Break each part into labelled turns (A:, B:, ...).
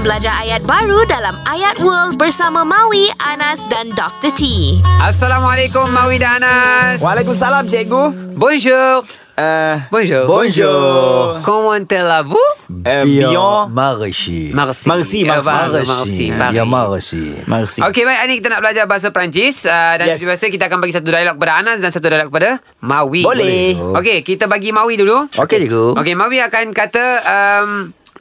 A: belajar ayat baru dalam Ayat World bersama Maui, Anas dan Dr. T.
B: Assalamualaikum Mawi dan Anas.
C: Waalaikumsalam cikgu.
B: Bonjour.
D: Euh,
C: Uh,
B: Bonjour.
C: Bonjour.
B: Comment allez-vous?
D: euh,
C: Uh,
D: Bien,
C: Bion.
D: merci.
B: Merci.
C: Merci,
B: Ya,
C: merci.
B: Bar-
D: Merci.
B: Merci.
D: Ya, merci.
C: Merci.
B: Okey baik hari ni kita nak belajar bahasa Perancis uh, dan
C: Yes.
B: yes. biasa kita akan bagi satu dialog kepada Anas dan satu dialog kepada Mawi.
C: Boleh.
B: Okey, kita bagi Mawi dulu.
D: Okey, cikgu.
B: Okey, Mawi akan kata um,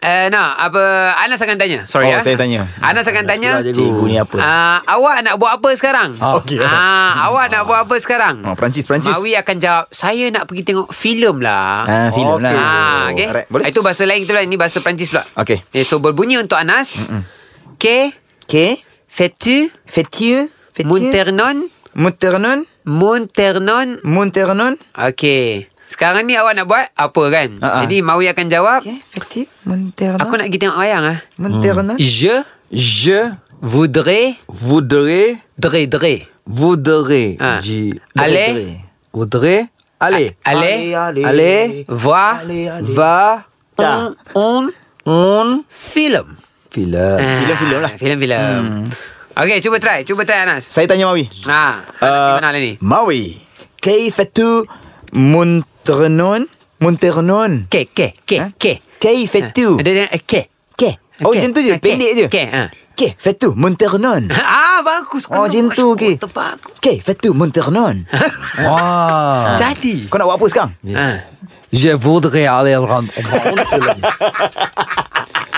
B: uh, nah apa Anas akan tanya. Sorry
C: Oh,
B: ah.
C: saya tanya.
B: Anas akan tanya.
D: pula, cikgu.
C: Cikgu ni apa?
B: Uh, awak nak buat apa sekarang?
C: Ah, okey.
B: Ah, awak nak buat apa sekarang?
C: Ah, Perancis, Perancis.
B: Mawi akan jawab, saya nak pergi tengok filem lah.
C: Ah, filem
D: Okey.
C: lah.
B: Ah, okay.
C: Alright, boleh?
B: Itu bahasa lain kita lah. Ini bahasa Perancis pula.
C: Okey.
B: Eh, so berbunyi untuk Anas. Mm-mm. Que
C: Okay.
B: fais-tu
C: Fetieu. Fetieu.
B: Monternon?
C: Monternon.
B: Monternon.
C: Monternon.
B: Okey. Sekarang ni awak nak buat apa kan?
C: Ah, ah.
B: Jadi Mawi akan jawab.
C: Okay. Fetieu. Monternon.
B: Aku nak pergi tengok wayang ah.
C: Monternon.
B: Je
D: Hmm. Je
B: voudrais
D: voudrais,
B: dre dre.
D: voudrais,
B: Ah.
D: je
B: Allez.
D: voudrais, voudrais, allez,
B: A- allez.
D: allez, allez, allez,
B: Voir
D: va,
B: un, un
D: on,
B: film. Ah.
D: file.
C: Filem-filem lah.
B: Film-film. Hmm. Okey, Hmm. cuba try. Cuba try Anas.
C: Saya tanya Mawi.
B: Ha, Anas
C: Ah,
B: gimana hari ni?
C: Mawi. Kaifa tu Monternon? Monternon.
B: Ke, ke, ke,
C: Ha?
B: ke. Ha.
C: Kaifa tu?
B: Dia dia eh, ke, ke.
C: Oh,
B: ke,
C: macam tu je.
B: ke,
C: Pendek je.
B: Ke, ha.
C: Kaifa tu Monternon?
B: Ah, bagus.
C: Oh, macam tu, okey.
B: Tepat aku.
C: Kaifa tu Monternon?
B: Ha.
D: Ah.
B: Jadi.
C: Kau nak buat apa sekarang?
B: Ha.
D: Je voudrais aller rencontrer le film.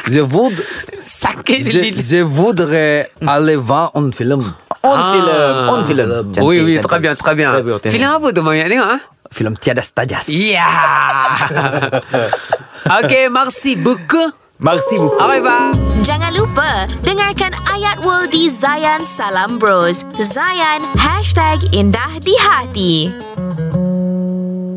D: Je voudrais,
B: Sakit
D: je, je voudrais aller voir un film.
C: On film, on film. Cantik,
B: Ah. Oui, oui,
C: cantik.
B: très bien, très bien.
C: Très bien, très
B: Filem
C: bien.
B: apa tu Mami nak tengok? Ha?
D: Film tiada stajas.
B: Ya. okay, merci beaucoup.
C: Merci beaucoup.
B: Au revoir.
A: Jangan lupa, dengarkan Ayat World di Zayan Salam Bros. Zayan, hashtag indah di hati.